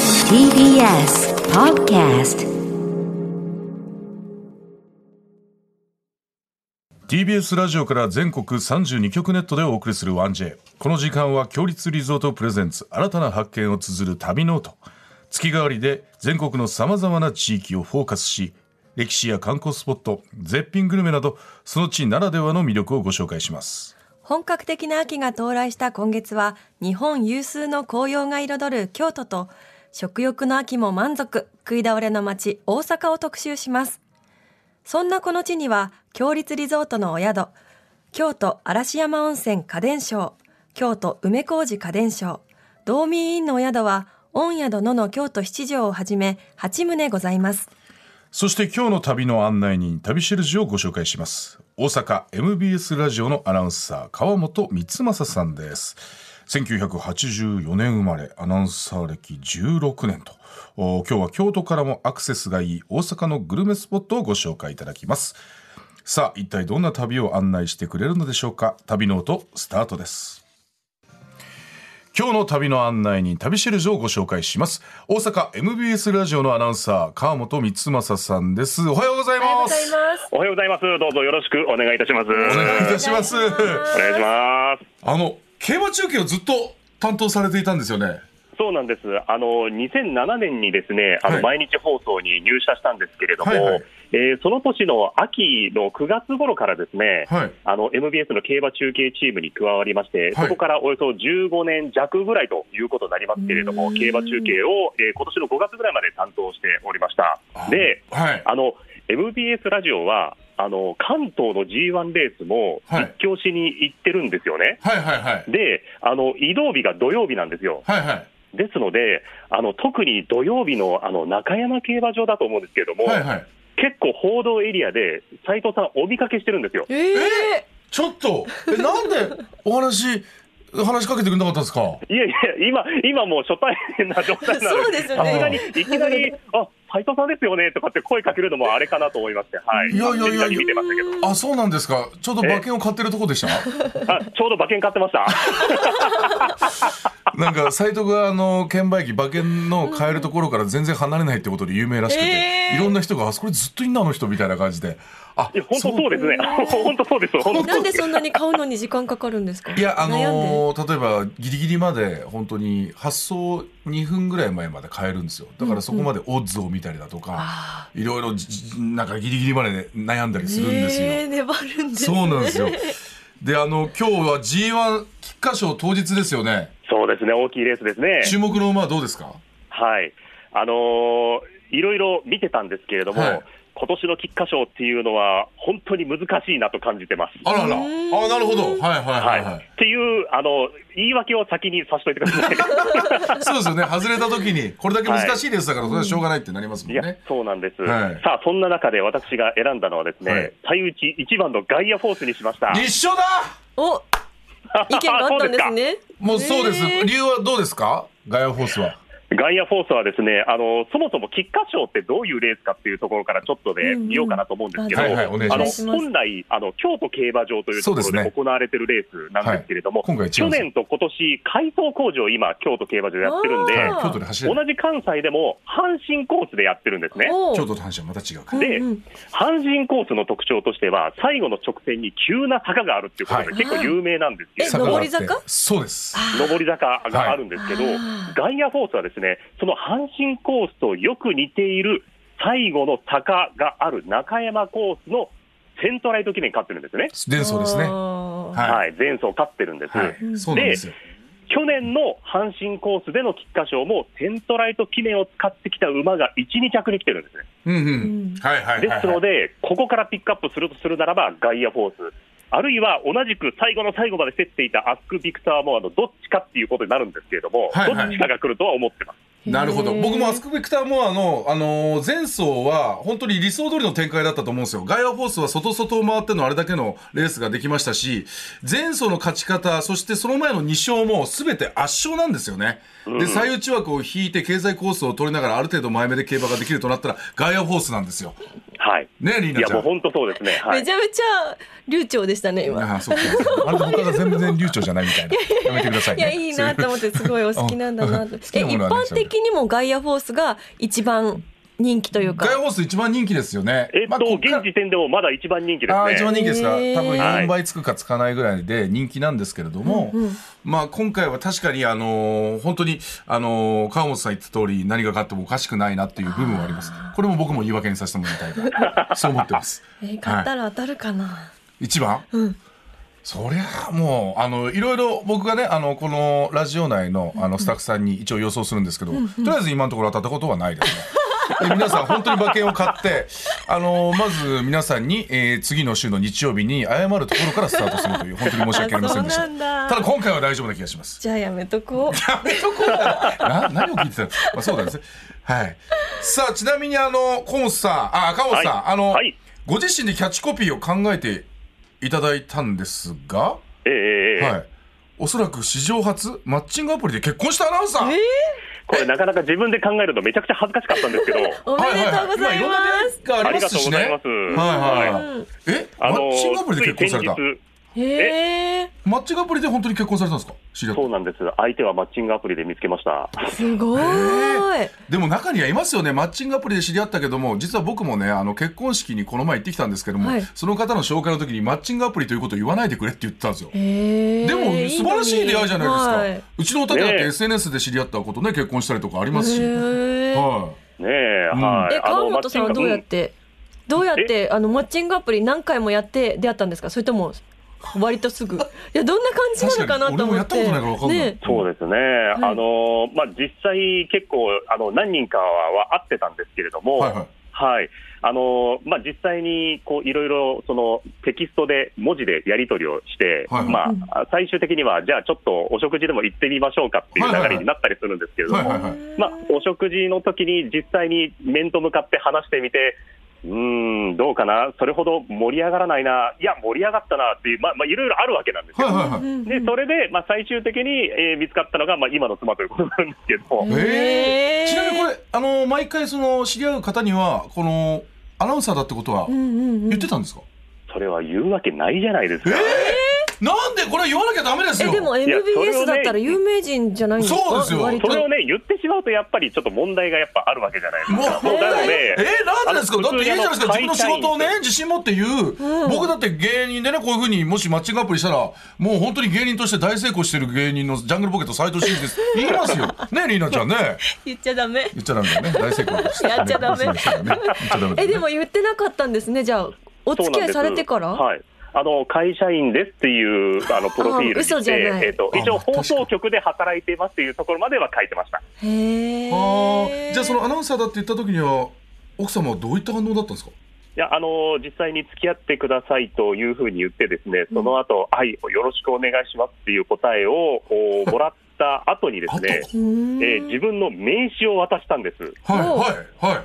TBS Podcast TBS ラジオから全国32局ネットでお送りする 1J この時間は強立リゾートプレゼンツ新たな発見を綴る旅ノート月替わりで全国のさまざまな地域をフォーカスし歴史や観光スポット絶品グルメなどその地ならではの魅力をご紹介します本格的な秋が到来した今月は日本有数の紅葉が彩る京都と食欲の秋も満足食い倒れの街大阪を特集しますそんなこの地には強立リゾートのお宿京都嵐山温泉家電商京都梅小路家電商道民院のお宿は御宿野の京都七条をはじめ8棟ございますそして今日の旅の案内人旅しるじをご紹介します大阪 MBS ラジオのアナウンサー川本光正さんです1984年生まれアナウンサー歴16年とお今日は京都からもアクセスがいい大阪のグルメスポットをご紹介いただきますさあ一体どんな旅を案内してくれるのでしょうか旅の音スタートです今日の旅の案内人旅シェルジュをご紹介します大阪 MBS ラジオのアナウンサー川本光正さんですおはようございますますおはようございます。どうぞよろしくお願いいたします。おお願いいたしますお願いしますお願いします。あの競馬中継をずっと担当されていたんですよねそうなんです。あの、2007年にですね、あはの、い毎日放送に入社したんですけれども、はいはいえーその年の秋の9月頃からですね、はいあの、MBS の競馬中継チームに加わりまして、はいそこからおよそ15年弱ぐらいということになりますけれどうも、ん競馬中継を、えー今年の5月ぐらいまで担当しておりました。で、はいあの、MBS ラジオは、あの、関東の G1 レースもはい実況しに行ってるんですよね。はいはいはいで、あの、移動日が土曜日なんですよ。はいはいですので、あの、特に土曜日の、あの、中山競馬場だと思うんですけれども、はいはい結構報道エリアで、斎藤さんお見かけしてるんですよ。ええちょっとえなんでお話話しかけてくれなかったんですかいやいや、今、今もう初対面な状態なのそうで、ですよさすがねに、いきなり、あ、斎藤さんですよね、とかって声かけるのもあれかなと思いまして、はい。いやいやいやいやあのみんなに見てましたけど。あそうなんですかちょうど馬券を買ってるとこでしたあ、ちょうど馬券買ってました。なんか斎藤があの券売機馬券の買えるところから全然離れないってことで有名らしくて、えーいろんな人があそこにずっといんなあの人みたいな感じであいや、本当そ うですね。本当そうです。本当なんでそんなに買うのに時間かかるんですかいやあ悩んでのー例えばギリギリまで本当に発送2分ぐらい前まで買えるんですよだからそこまでオッズを見たりだとか、あいろいろじじなんかギリギリまで悩んだりーするんですよ、ねえ粘るんですそうなんですよであの今日は G1 菊花賞当日ですよねそうですね。大きいレースですね。注目の馬はどうですかはい。あのーいろいろ見てたんですけれども、はい今年の菊花賞っていうのは、本当に難しいなと感じてます。あららあうーんなるほどはいはいは、はいい、はいっていう、あの、言い訳を先にさせといてください。そうですよね。外れた時に、これだけ難しいですだから、それはしょうがないってなりますも いんやね。、そうなんです。はいさあ、そんな中で私が選んだのはですね、はい最内一番のガイアフォースにしました。 立証だ お意見があったんですね。もうそうです。へー理由はどうですかガイアフォースは。ガイアフォースはですね、あの、そもそも菊花賞ってどういうレースかっていうところからちょっとね、うんうん見ようかなと思うんですけど、はいはいお願いしあの、ます本来、あの、京都競馬場というそところうですねで行われてるレースなんですけれども、はい今回違うんです去年と今年、改装工事を今、京都競馬場やってるんで、あーはい京都で走れ同る。じ関西でも阪神コースでやってるんですね。おう京都と阪神はまた違うから。でうんうん阪神コースの特徴としては、最後の直線に急な坂があるっていうことで、はい結構有名なんですけれどもえがあ上ってり坂そうです。上り坂があるんですけど、はいあーガイアフォースはですね、その阪神コースとよく似ている最後の坂がある中山コースのセントライト記念勝ってるんですね。伝送ですね。は。はいはい、前走勝ってるんです。はい。そうなんですよ。去年の阪神コースでの菊花賞もセントライト記念を使ってきた馬が1、2着に来てるんですね。うんううんん。はいはいはいではい。すので、ここからピックアップするとするならば、ガイアフォース。あるいは同じく最後の最後まで競っていたアスク・ビクターもあのどっちかっていうことになるんですけれども、はいはいどっちかが来るとは思ってます。なるほど。へー僕もアスクベクターモアの、あのー前走は本当に理想通りの展開だったと思うんですよ。ガイアフォースは外外を回ってのあれだけのレースができましたし、前走の勝ち方、そしてその前の2勝も全て圧勝なんですよね。で、最内枠を引いて経済コースを取りながらある程度前目で競馬ができるとなったら、ガイアフォースなんですよ。はい、ねリーいナやちゃもうん本当そうですね、はいめちゃめちゃ流暢でしたね今。ああそうかあれで他が全然流暢じゃないみたいなやめてくださいいねやいいなと思ってすごいお好きなんだなとあ好。えきなも一のはね般的にもガイアフォースが一番人気というかガイ。アホース一番人気ですよねえっと、まあこっから現時点でもまだ一番人気ですね。ああ一番人気ですか、へー多分4倍つくかつかないぐらいで人気なんですけれども、うんうんまあ、今回は確かに、あのー本当に、あのー川本さん言った通り何が勝ってもおかしくないなっていう部分はありますこれも僕も言い訳にさせてもらいたいからそう思ってますえー買ったはら当たるかな。い、一番、うんそりゃあもうあのいろいろ僕がねあのこのラジオ内のあのスタッフさんに一応予想するんですけど、とりあえず今のところ当たったことはないですね。で皆さん本当に馬券を買って あのまず皆さんに、えー次の週の日曜日に謝るところからスタートするという本当に申し訳ありませんでし あたそうなんだただ今回は大丈夫な気がし ますじゃあやめとこ う。やめとこうかなな何を聞いてたの、まあ、そうなんですねはいさあちなみにあの河本さんあ赤本さん、はいあの、はいご自身でキャッチコピーを考えていただいたんですがええええはい。おそらく史上初、マッチングアプリで結婚したアナウンサー。これなかなか自分で考えるのめちゃくちゃ恥ずかしかった んですけど、おめでとうございます。す。今いろんな出会いがあありりまがすとうしごね。ざいます。はいはいい。うんえ、あマのッチングアプリつでい結婚先され日た。へえマッチングアプリで本当に結婚されたんですか。知り合っそうた。なんです。相手はマッチングアプリで見つけました。すごーい。でも中にはいますよね。マッチングアプリで知り合ったけども、実は僕もね、あの結婚式にこの前行ってきたんですけども、はいその方の紹介の時にマッチングアプリということを言わないでくれって言ってたんですよ。へえでも素晴らしい出会いじゃないですか。のにはうちのお宅だってねえ SNS で知り合ったことね、結婚したりとかありますし。へえはい。ねえ、はい。え川本さんはどうやってどうやってあのマッチングアプリ何回もやって出会ったんですかそれとも割とすぐいやどんな感じなのかなと思確かに俺もってやったことないからわかんないねそうですいね、あのまあ、実際、結構あの何人かは会ってたんですけれども、はいはい。はいあのまあ、実際にこういろいろそのテキストで、文字でやり取りをして、はいはいまうんあ、最終的には、じゃあちょっとお食事でも行ってみましょうかっていう流れになったりするんですけれども、はいはいはい。まあ、お食事の時に実際に面と向かって話してみて、うーん、どうかな、それほど盛り上がらないな、いや、盛り上がったなっていう、まあ、まあいろいろあるわけなんですよ。はいはいはい。うんでそれで、まあ、最終的に、えー見つかったのが、まあ、今の妻ということなんですけど、へえちなみにこれ、あの、毎回その、知り合う方には、この、アナウンサーだってことはうんうんうん言ってたんですか、それは言うわけないじゃないですか。なんでこれ言わなきゃダメですえよでもいやそれ MBS をねだったら有名人じゃないんですかそうですよ割そとれをね、言ってしまうと、やっぱりちょっと問題がやっぱあるわけじゃないですもうか。もうなのでえ、なんでですかだっていいじゃないですかあ自分のの仕事をね自信持って言う、うん僕だって芸人でねこういうふうにもしマッチングアプリしたらもう本当に芸人として大成功してる芸人のジャングルポケット斎藤真一です言い ますよねリーナちゃんね言っちゃダメ言っちゃダメだよね大成功してるやっちゃダメそうですよね言っちゃダメだえよねでも言ってなかったんですねじゃあおそう付なき合んでいすされてからはい。あの、会社員ですっていう、あの、プロフィールにあ嘘しじてゃない、えっと、あ一応確かに放送局で働いていますっていうところまでは書いてました。へえあーじゃあそのアナウンサーだって言った時には奥様はどういった反応だったんですかいや、あの、実際に付き合ってくださいというふうに言ってですね、その後、はい、よろしくお願いしますっていう答えをおもらった後にですね、うーんえー自分の名刺を渡したんです。はいおうはいはい。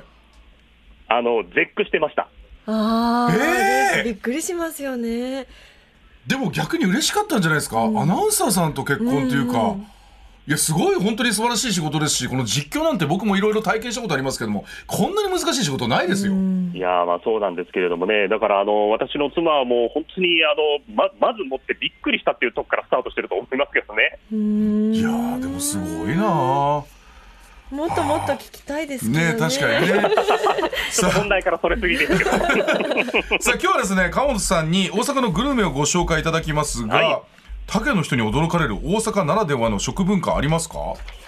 あの、絶句してました。あー、えーびっくりしますよね。でも逆に嬉しかったんじゃないですか、アナウンサーさんと結婚というか、うんいやすごい本当に素晴らしい仕事ですしこの実況なんて僕もいろいろ体験したことありますけどもこんなに難しい仕事ないですよ、うんいやーまあそうなんですけれどもね、だからあの私の妻はもう本当にあのままず持ってびっくりしたっていうところからスタートしてると思いますけどね。うんいやーでもすごいなもっともっと聞きたいですけーどね。ね確かにね ちょっと本題からそれすぎですけど、さあ今日はですね川本さんに大阪のグルメをご紹介いただきますが、はい他県の人に驚かれる大阪ならではの食文化ありますか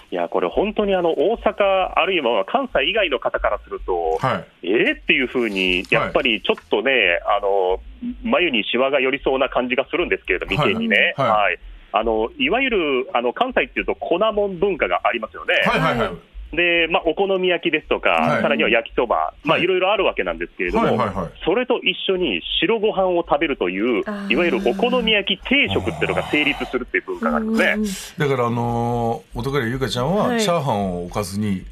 いやこれ本当にあの大阪あるいは関西以外の方からすると、はいえーっていうふうにやっぱりちょっとね、あの眉にシワが寄りそうな感じがするんですけれども、はい意見にね。ははいいあのいわゆるあの関西っていうと粉もん文化がありますよね。はいはいははいで、まあ、お好み焼きですとか、はいさらには焼きそば、まあ、はいいろいろあるわけなんですけれども、はいはいはいそれと一緒に白ご飯を食べるというあー、いわゆるお好み焼き定食っていうのが成立するっていう文化があるんですね。だからあのー、男ゆかちゃんは、はいチャーハンをおかずに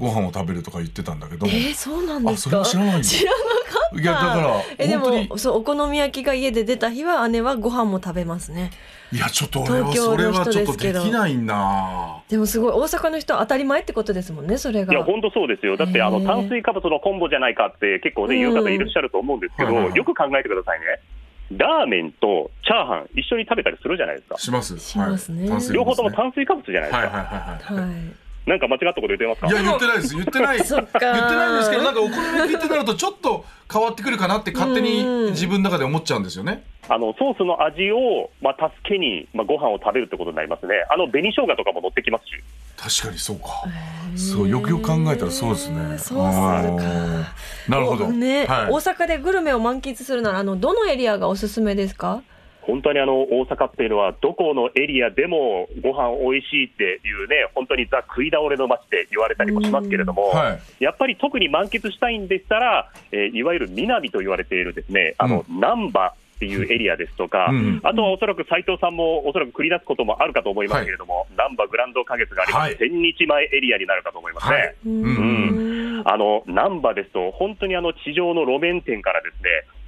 ご飯を食べるとか言ってたんだけども、えー、そうなんであそすれはか。知らないんだ知らなかいやだからえで本当にもそうお好み焼きが家で出た日は姉はご飯も食べますねいやちょっと俺は東京のそれはちょっ人とですけでどきないなでもすごい大阪の人は当たり前ってことですもんねそれいがや本当そうですよ、だってあへのー炭水化物のコンボじゃないかって、結構ね、言う方いらっしゃると思うんですけど、うんはいはいはいよく考えてくださいね、ラーメンとチャーハン、一緒に食べたりするじゃないですか、しますしますねはい炭水両化方物ともね炭水化物じゃないですか、、はいはいはいははいなんか間違ったこと言ってますかいいや言ってないです言ってない言ってそっかないんですけどなんかお好み焼きってなるとちょっと変わってくるかなって勝手に自分の中で思っちゃうんですよねあのソースの味を、まあ、助けに、まあ、ご飯を食べるってことになりますね、あの紅生姜とかも乗ってきますし、確かにそうかいそうよくよく考えたらそうですねそうするかあーなるほどおね、はい大阪でグルメを満喫するならあのどのエリアがおすすめですか本当にあの大阪っていうのは、どこのエリアでもご飯美味しいっていうね、本当にザ・食い倒れの街って言われたりもしますけれども、はいやっぱり特に満喫したいんでしたら、えーいわゆる南と言われているですね、あの、難波っていうエリアですとか、うんあとはおそらく斉藤さんもおそらく繰り出すこともあるかと思いますけれども、難波グランド花月があります、はい千日前エリアになるかと思いますね。はいうんんあの難波ですと、本当にあの地上の路面店からで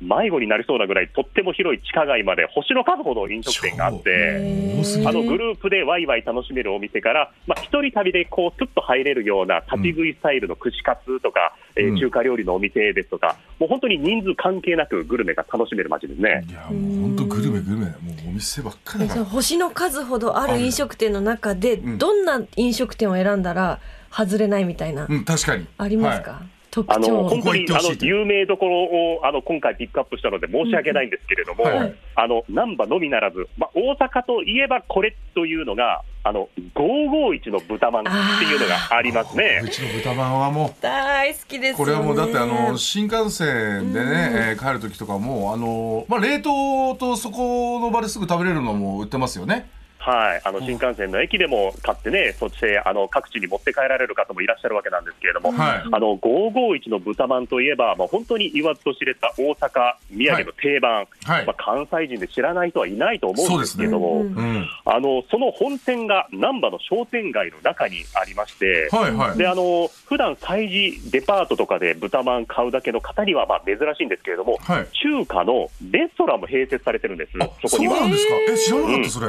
すね迷子になりそうなぐらい、とっても広い地下街まで、星の数ほど飲食店があ超って、多すぎあのグループでワイワイ楽しめるお店から、まあ、一人旅でこうスッと入れるような立ち食いスタイルの串カツとか、えーうん中華料理のお店ですとか、もう本当に人数関係なくグルメが楽しめる街ですね。いやもう本当グルメグルメもうお店ばっかりえだそかのら星の数ほどある飲食店の中で、んどんな飲食店を選んだら外れないみたいな、うん確かにありますはか、い特あ徴のこ本こ当は行っにてあほしいのと有名どころをあの今回ピックアップしたので申し訳ないんですけれども、うんはいはいあの難波のみならず、まあ、大阪といえばこれというのが、あの551の豚まんっていうのがありますねう。ちの豚まんはもう大好きですよ、ね、これはもうだってあの新幹線でね、えー帰る時とかもあのまあ冷凍とそこの場ですぐ食べれるのも売ってますよね。はい、あの新幹線の駅でも買ってね、そしてあの各地に持って帰られる方もいらっしゃるわけなんですけれども、はいあの551の豚まんといえば、まあ、本当に言わずと知れた大阪、宮城の定番、はいまあ、。関西人で知らない人はいないと思うんですけれども、そうですうねん。あのその本店が難波の商店街の中にありまして、はいはい。であの普段催事デパートとかで豚まん買うだけの方にはまあ珍しいんですけれども、はい。中華のレストランも併設されてるんですあ、、そこそうには。なんですか。えーえ知らなかっうんたそれ。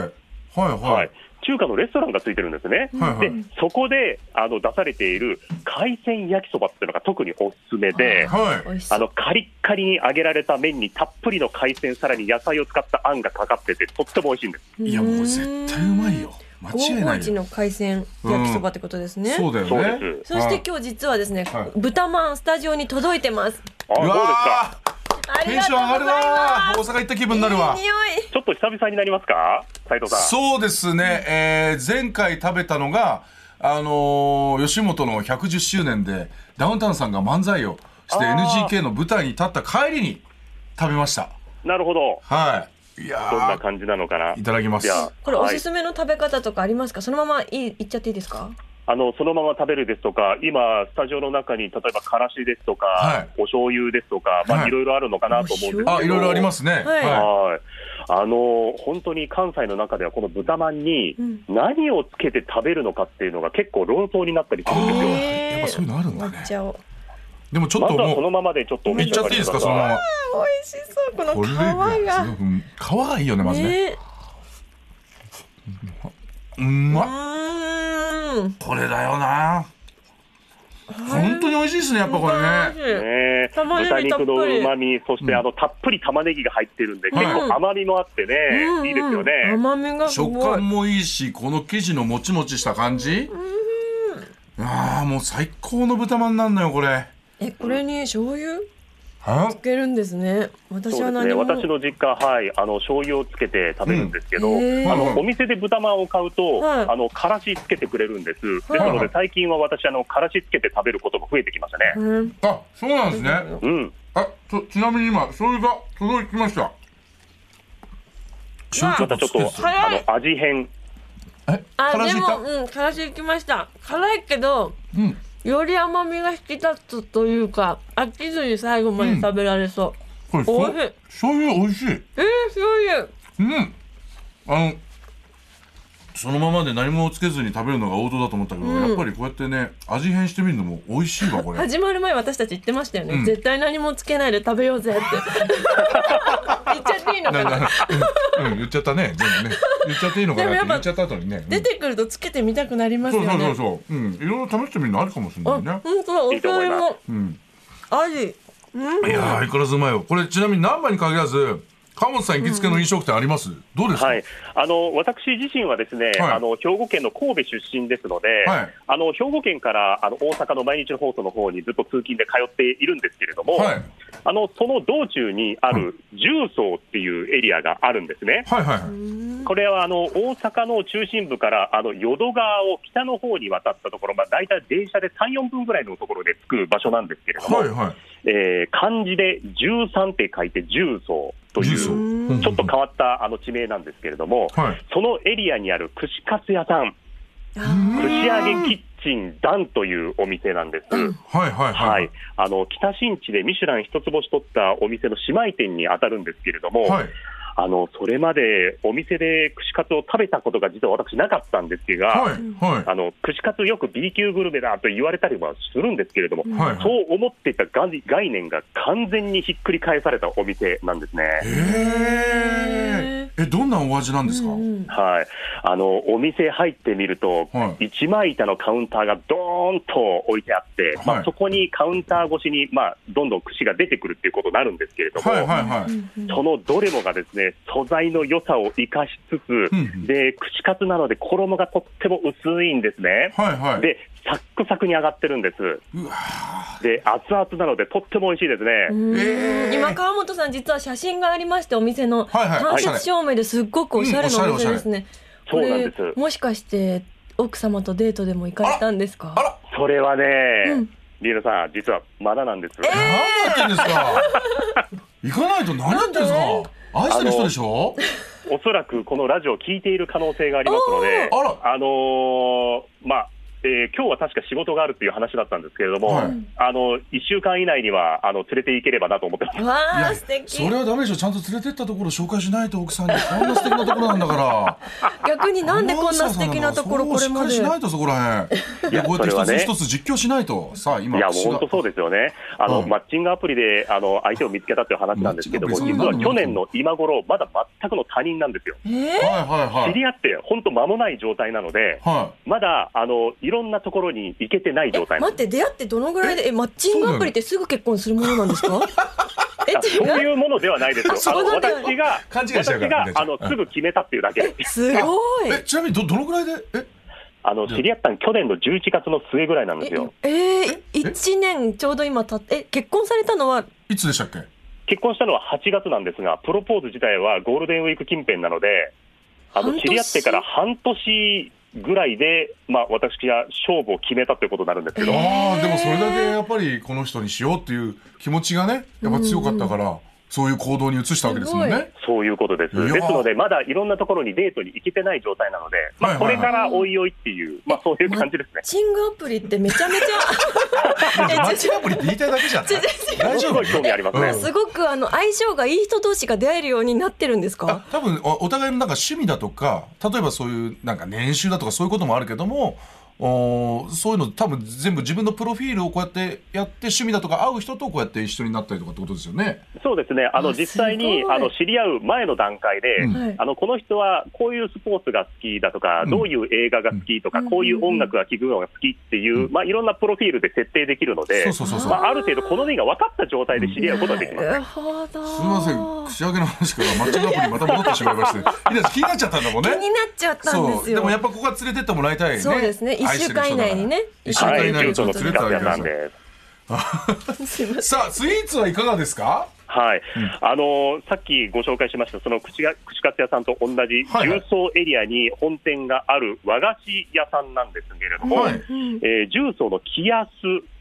はいははいい。、中華のレストランがついてるんですね。はいはでい。そこであの出されている海鮮焼きそばっていうのが特におすすめで、はい。美味しそあうのカリッカリに揚げられた麺にたっぷりの海鮮、さらに野菜を使ったあんがかかってて、とっても美味しいんです。いやもう絶対うまいよ。間違いない551よ。の海鮮焼きそばってことですね、そうだそうでよね。す。そして今日実はですね、はい豚まんスタジオに届いてますあ、そううですか。わーありテンがシとョうン上がごるざいわまー。大阪行った気分になるわす。いい匂いちょっと久々になりますか、斉藤さん。そうですね、えー前回食べたのが、あのー吉本の110周年でダウンタウンさんが漫才をしてあー NGK の舞台に立った帰りに食べましたなるほど。はいいどんなや感じなのかな。ーいただきますじゃあこれおはいすすめの食べ方とかありますか、そのままいいいっちゃっていいですかあのそのまま食べるですとか、今、スタジオの中に例えばからしですとか、はいお醤油ですとか、まはあ、いいろいろあるのかなと思うんですけど、あいろいろありますねはいははいあの本当に関西の中では、この豚まんにうん何をつけて食べるのかっていうのが結構論争になったりするんですあよ。ーやっぱそういうのあるんだね抹茶をでもちょっまとずはもそのままでちょっとおう召いっしちゃ上っがていりいくでだすさいかそのまま美味しそうこのこれ皮ががすごいうん皮がいいよねまずねねうまっうーんこれだよな本当に美味しいですねやっぱこれねねね 玉ね豚ぎたっぷ肉りのうまみ、そしてあのたっぷり玉ねぎが入ってるんで、はい結構甘みもあってね、いいですよね。甘みがす食ごい感もいいしこの生地のもちもちした感じああもう最高の豚まんなんだよこれえこれに醤油あつけるんですね私そはうですね、何も私の実家、はい、あの醤油をつけて食べるんですけど、うんへーあのお店で豚まんを買うと、はいあのからしつけてくれるんです、ですはいので最近は私あの、からしつけて食べることも増えてきましたね。うんあそうなんですねうん、あちちなみに今醤油が届きましたわあまたちょっとえあ早いの味変、あ辛で子いったもうんからしいきました辛いけどうんより甘みが引き立つというか飽きずに最後まで食べられそう、これそ美味しい醤油美味しいえー醤油うんあのそのままで何もつけずに食べるのが王道だと思ったけど、うんやっぱりこうやってね味変してみるのも美味しいわこ れ始まる前私たち言ってましたよね、うん絶対何もつけないで食べよ うぜって言っちゃっていいのなかなな うん、うん言っちゃったね全部ね言っちゃっていいのかなって言でもやっっぱちゃった後にね、うん出てくるとつけてみたくなりますそようねそうそうそう、うん、いろいろ試してみるのあるかもしれないあね、本当だおいいと思醤い油まもすうん、ありいやー相変わらずうまいよこれちなみに何番に限らず川本さん行きつけの飲食店あります、どうですか、はい、あの私自身はですはね、いあの兵庫県の神戸出身ですので、はいあの兵庫県からあの大阪の毎日の放送の方にずっと通勤で通っているんですけれども、はいあのその道中にある重曹っていうエリアがあるんですね。はいはいはいこれはあの大阪の中心部からあの淀川を北の方に渡ったところ、まあ、大体電車で3、4分ぐらいのところで着く場所なんですけれども、はいはいえー漢字で13って書いて重曹とい重う、曹ちうょんっと変わったあの地名なんですけれども、はいそのエリアにある串カツ屋さん、串揚げキッチンダンというお店なんです。はいはいははいい、あの北新地でミシュラン一つ星取ったお店の姉妹店に当たるんですけれども、はいあのそれまでお店で串カツを食べたことが実は私なかったんですが、はいはいあの串カツよく B 級グルメだと言われたりはするんですけれども、はいはいそう思っていた概概念が完全にひっくり返されたお店なんですね。ええどんなお味なんですか、はい、あのお店入ってみると、はい一枚板のカウンターがどーンと置いてあって、まはいあ、そこにカウンター越しに、まあ、どんどん串が出てくるっていうことになるんですけれども、はいはいはい、そのどれもがですね素材の良さを生かしつつ、うんうんで串カツなので衣がとっても薄いんですね。はいはいでサックサクに上がってるんです。うわーで熱々なのでとっても美味しいですね。えー今川本さん実は写真がありましてお店のはいはい間接照明ですっごくおしゃれなお店ですね、うんおしゃれおしゃれこそうなんれですもしかして奥様とデートでも行かれたんですかあらそれはね、うんリードさん実はまだなんです。何やってんです か行かないと何やってんですなんか愛してる人でしょおそらくこのラジオを聞いている可能性がありますので、あらあのーまあ。えー今日は確か仕事があるっていう話だったんですけれども、はいあの1週間以内にはあの連れていければなと思ってます。いわやあ素敵それはダメでしょちゃんと連れてったところ紹介しないと奥さ んにこんな素敵なところなんだから逆になんでこんな素敵なところこれまそうしっかでりしないとそこらへんいやこうやっそれてはね一つ一つ実況しないとさあ今いやもう口が本当そうですよね、あのうんマッチングアプリであの相手を見つけたという話なんですけども、マッチン実グアプはリ去年の今頃まだ全くの他人なんですよ、えーはいはいは知いり合って本当、間もない状態なので、はまだあのいろんなところに行けてない状態なん待っです。て出会ってどのぐらいでえマッチングアプリってすぐ結婚するものなんですかえあそう違ういうものではないですよあ。そあうのなんだ私が勘違いしちゃう私からがねあのうんすぐ決めたっていうだけです。すごいいえちなみにどどのぐらいでえあの知り合ったの去年の11月の末ぐらいなんですよ。ええー、1年ちょうど今たっえ結婚されたのはいつでしたっけ結婚したのは8月なんですが、プロポーズ自体はゴールデンウィーク近辺なので、あの半年知り合ってから半年ぐらいで、まあ私が勝負を決めたということになるんですけど。ああでもそれだけやっぱりこの人にしようっていう気持ちがねやっぱ強かったからそういう行動に移したわけですもんすねそういうことです。いやーですので、まだいろんなところにデートに行けてない状態なので、まはいあ、はこいはいれからおいおいっていう、まあ、そういう感じですねマッ。チングアプリってめちゃめち マゃッえチングアプリって言いたいだけじゃん大も丈夫のすごい興味ありますね。うんすごくあの相性がいい人同士が出会えるようになってるんですあか多分おお互いのなんか趣味だとか例えばそういうなんか年収だとかそういうこともあるけどもおーそういうの多分全部自分のプロフィールをこうやってやって趣味だとか会う人とこうやって一緒になったりとかってことですよね。そうですね、ああの実際にすごいあの知り合う前の段階で、うんはいあのこの人はこういうスポーツが好きだとか、うんどういう映画が好きとか、うんこういう音楽が聴くのが好きっていう、まあ、いろんなプロフィールで設定できるので、そうそうそうそうまあ、ある程度、好みが分かった状態で知り合うことができます。なるほどすみません口上げの話からマッチングアプリまた戻ってしまいま していや気になっちゃったんだもんね気。になっちゃったんでそすうでよもやっぱここは連れてってもらいたいね。そうですね一週間以内にね愛してる人だからは一週間以内い、中にちょっ東のとピ連れカてってあげてください。ピカさんです。すいませんさあスイーツはいかがですか？はい、あのーさっきご紹介しました、その串が串カツ屋さんと同じ、はいはい重曹エリアに本店がある和菓子屋さんなんですけれども、はいえー重曹の木安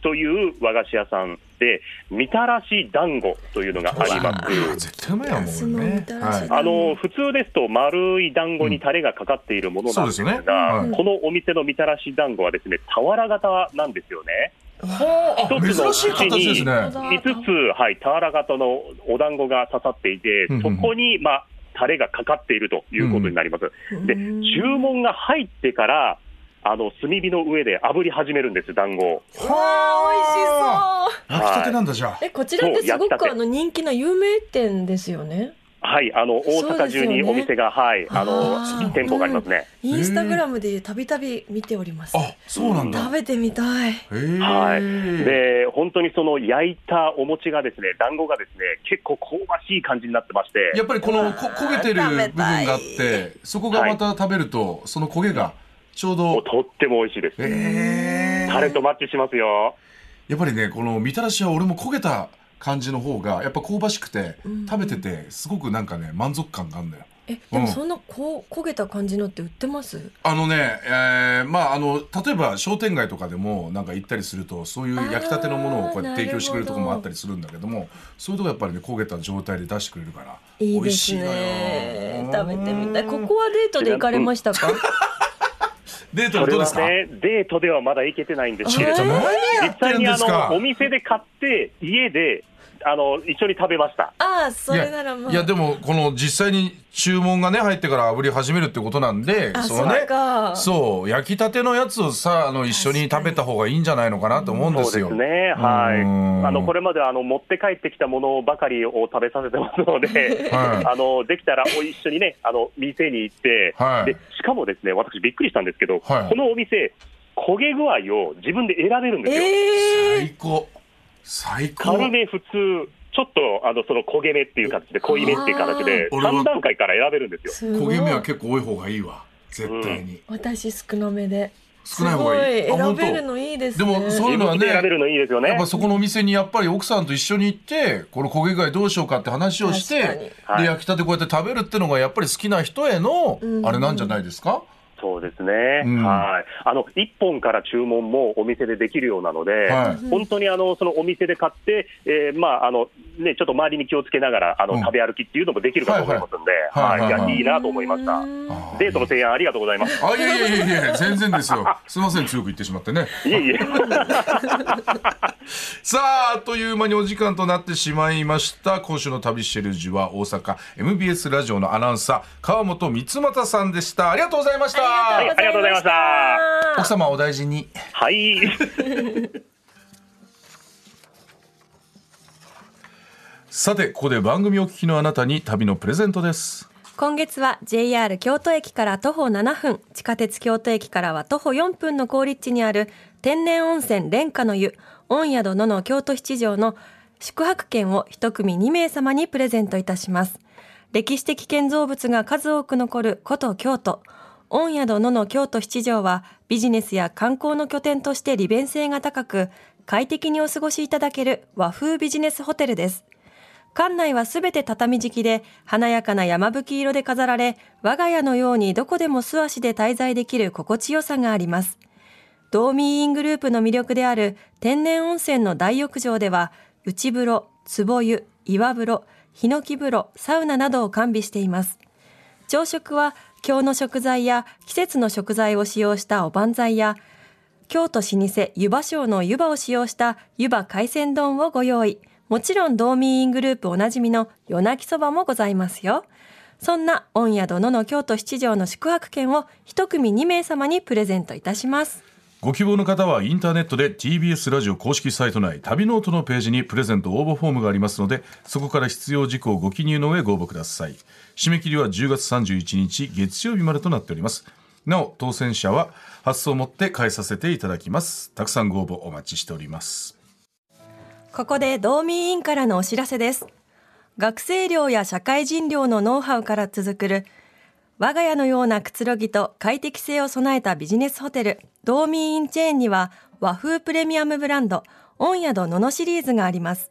という和菓子屋さんで、みたらし団子というのがあります。絶対うまいやもそんのみね。たらしはい団あの普通ですと丸い団子にタレがかかっているものなんですが、うんそうですよねはいこのお店のみたらし団子はですね俵型なんですよね。はあ一つの珍しい形ですね。本当だ5つ、はい、俵型のお団子が刺さっていてうんうんう、そんこに、まあ、タレがかかっているということになります。で、うん注文が入ってから、あの炭火の上で炙り始めるんです、団子を。わあ、美味しはい焼きたてなんだじゃあそう。え、こちらってすごそうやったくてあの人気の有名店ですよね。はい、あの大そう阪ですよ中ねにお店が、はい、あのあー店舗がありますね。インスタグラムでたびたび見ております。あそうなんだ食べてみたい。へえはい、で本当にその焼いたお餅がですね団子がですね結構香ばしい感じになってましてやっぱりこのこ焦げてるあー部食べ分たいがあってそこがまた食べるとその焦げがちょうもどうとっても美味しいですえタレとマッチしますよやっぱりねこのみたらしは俺も焦げた感じの方がやっぱ香ばしくてうん食べててすごくなんかね満足感があるんだよえ、でもそんなこう焦げた感じのって売ってます？あのね、えーまああの例えば商店街とかでもなんか行ったりするとそういう焼きたてのものをこうやって提供してくれるところもあったりするんだけどもそういうとこやっぱりね焦げた状態で出してくれるからいい美で味すしいのよね。食べてみたい。ここはデートで行かれましたか？デートそはれどうではすか、ねデートではまだ行けてないんですけれど何もや実って際るんにであすかのお店で買って家であの一緒に食べましたああ、それならまあ。いやいやでもこの実際に注文がね入ってから炙り始めるってことなんであ、そそのうねか。そう焼きたてのやつをさあの一緒に食べた方がいいんじゃないのかなと思うんでそうすでよすね、はい、うんあのこれまであの持って帰ってきたものばかりを食べさせてますので、はいあのできたらお一緒にね、あの店に行って、はいで、しかもですね私、びっくりしたんですけど、はいこのお店、焦げ具合を自分で選べるんですよ。ええ最高最高軽め、普通、ちょっとあのその焦げ目っていう形で、濃いめっていう形で、あー俺は3段階から選べるんですよ。す焦ごいげ目は結構多い方がいいわ絶対に、私少なめで。少ない方がいいすごあ選本当べるのいいですでね。もそういう自のは分でね選べるのいいですよね。やっぱそこのお店にやっぱり奥さんと一緒に行ってこの焦げ具合どうしようかって話をして確かにではい焼きたてこうやって食べるってのがやっぱり好きな人へのうんあれなんじゃないですか、そうですね、うんはいあの1本から注文もお店でできるようなので、はい本当にあのそのお店で買って、えーまああのね、ちょっと周りに気をつけながらあの、うん食べ歩きっていうのもできるかと思いますんで、はいはいはいはいはいいやいいなと思いました。あーデートの提案ありがとうございます。あいやいやいやいや全然ですよすいません強く言ってしまってねい えいえ、さああっという間にお時間となってしまいました今週の旅シェルジュは大阪 MBS ラジオのアナウンサー川本光又さんでしたありがとうございましたりがとうございましたありがとうございました奥様お大事にはい、さてここで番組お聞きのあなたに旅のプレゼントです今月は JR 京都駅から徒歩7分地下鉄京都駅からは徒歩4分の好立地にある天然温泉蓮華の湯御宿のの京都七条の宿泊券を一組2名様にプレゼントいたします歴史的建造物が数多く残る古都京都御宿のの京都七条はビジネスや観光の拠点として利便性が高く快適にお過ごしいただける和風ビジネスホテルです館内はすべて畳敷きで、華やかな山吹色で飾られ、我が家のようにどこでも素足で滞在できる心地よさがあります。ドーミーイングループの魅力である天然温泉の大浴場では、内風呂、壺湯、岩風呂、ヒノキ風呂、サウナなどを完備しています。朝食は、京の食材や季節の食材を使用したおばんざいや、京都老舗湯葉賞の湯葉を使用した湯葉海鮮丼をご用意。もちろん道民イングループおなじみの夜泣きそばもございますよ。そんな御宿のの京都七条の宿泊券を一組2名様にプレゼントいたします。ご希望の方はインターネットで TBS ラジオ公式サイト内旅ノートのページにプレゼント応募フォームがありますのでそこから必要事項をご記入の上ご応募ください締め切りは10月31日月曜日までとなっておりますなお当選者は発送をもって返させていただきますたくさんご応募お待ちしておりますここで道民委員からのお知らせです。学生寮や社会人寮のノウハウから続くる我が家のようなくつろぎと快適性を備えたビジネスホテル、道民インチェーンには和風プレミアムブランド、御宿ののシリーズがあります。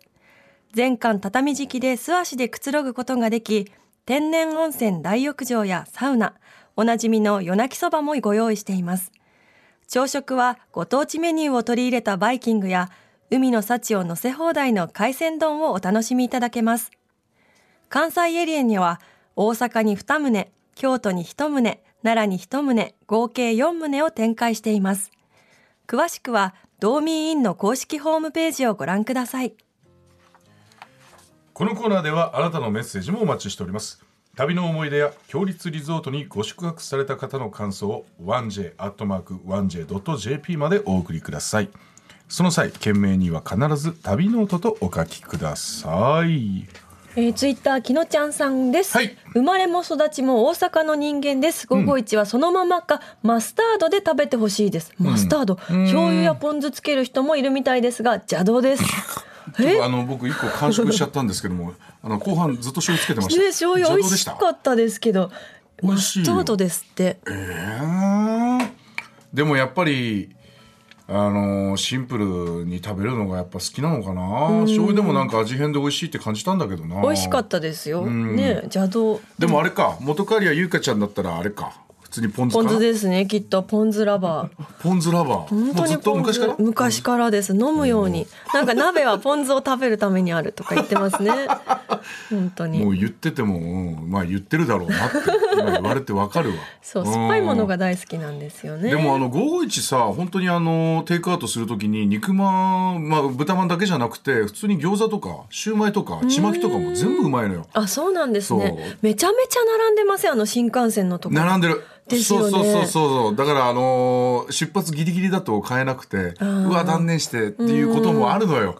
全館畳敷きで素足でくつろぐことができ、天然温泉大浴場やサウナ、おなじみの夜泣きそばもご用意しています。朝食はご当地メニューを取り入れたバイキングや海の幸を乗せ放題の海鮮丼をお楽しみいただけます。関西エリアには大阪に2棟、京都に1棟、奈良に1棟、合計4棟を展開しています。詳しくは道民委員の公式ホームページをご覧ください。このコーナーではあなたのメッセージもお待ちしております旅の思い出や強立リゾートにご宿泊された方の感想を 1j.1j.jp までお送りくださいその際件名には必ず旅ノートとお書きくださいえー、ツイッターきのちゃんさんです、はい生まれも育ちも大阪の人間です午後一はそのままか、マスタードで食べてほしいですマスタード、醤油やポン酢つける人もいるみたいですが邪 道ですえあの僕一個完食しちゃったんですけどもあの後半ずっと醤油つけてましたね醤油美味しかったですけど美マ味しいスよタードですってでもやっぱりあのシンプルに食べるのがやっぱ好きなのかな醤油でもなんか味変で美味しいって感じたんだけどな美味しかったですよね邪道でもあれか元カリア優香ちゃんだったらあれか普通にポン酢ポかン酢ですねきっとポン酢ラバーポン酢ラバー本も当うずにっとポン昔酢から昔からです飲むようになんか鍋はポン酢を食べるためにあるとか言ってま すね本当もにう言ってても、うんまあ言ってるだろうなって今言われてわかるわ そう酸っぱいものうがん大好きなんですよねでもあの551さ本当にあのテイクアウトするときに肉まん、まあ、豚まんだけじゃなくて普通に餃子とかシューマイとかちまきとかも全部うまいのよあそうなんですそうねめちゃめちゃ並んでませんあの新幹線のとこ並んでるですよねそうそうそうそうだからあのー出発ギリギリだと買えなくてうわ断念してっていうこともあるのよ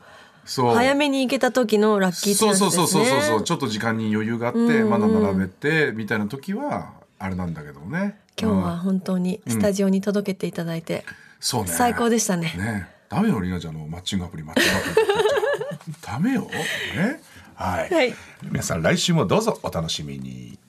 そう早めに行けた時のラッキーチャそンうそスでうすそうねそうそうちょっと時間に余裕があってまだ並べてみたいな時はあれなんだけどね今日は本当にスタジオに届けていただいて、そうね最高でしたねねダメよりなちゃんのマッチングアプリマッチングアプリダメよねはい、はい皆さん来週もどうぞお楽しみに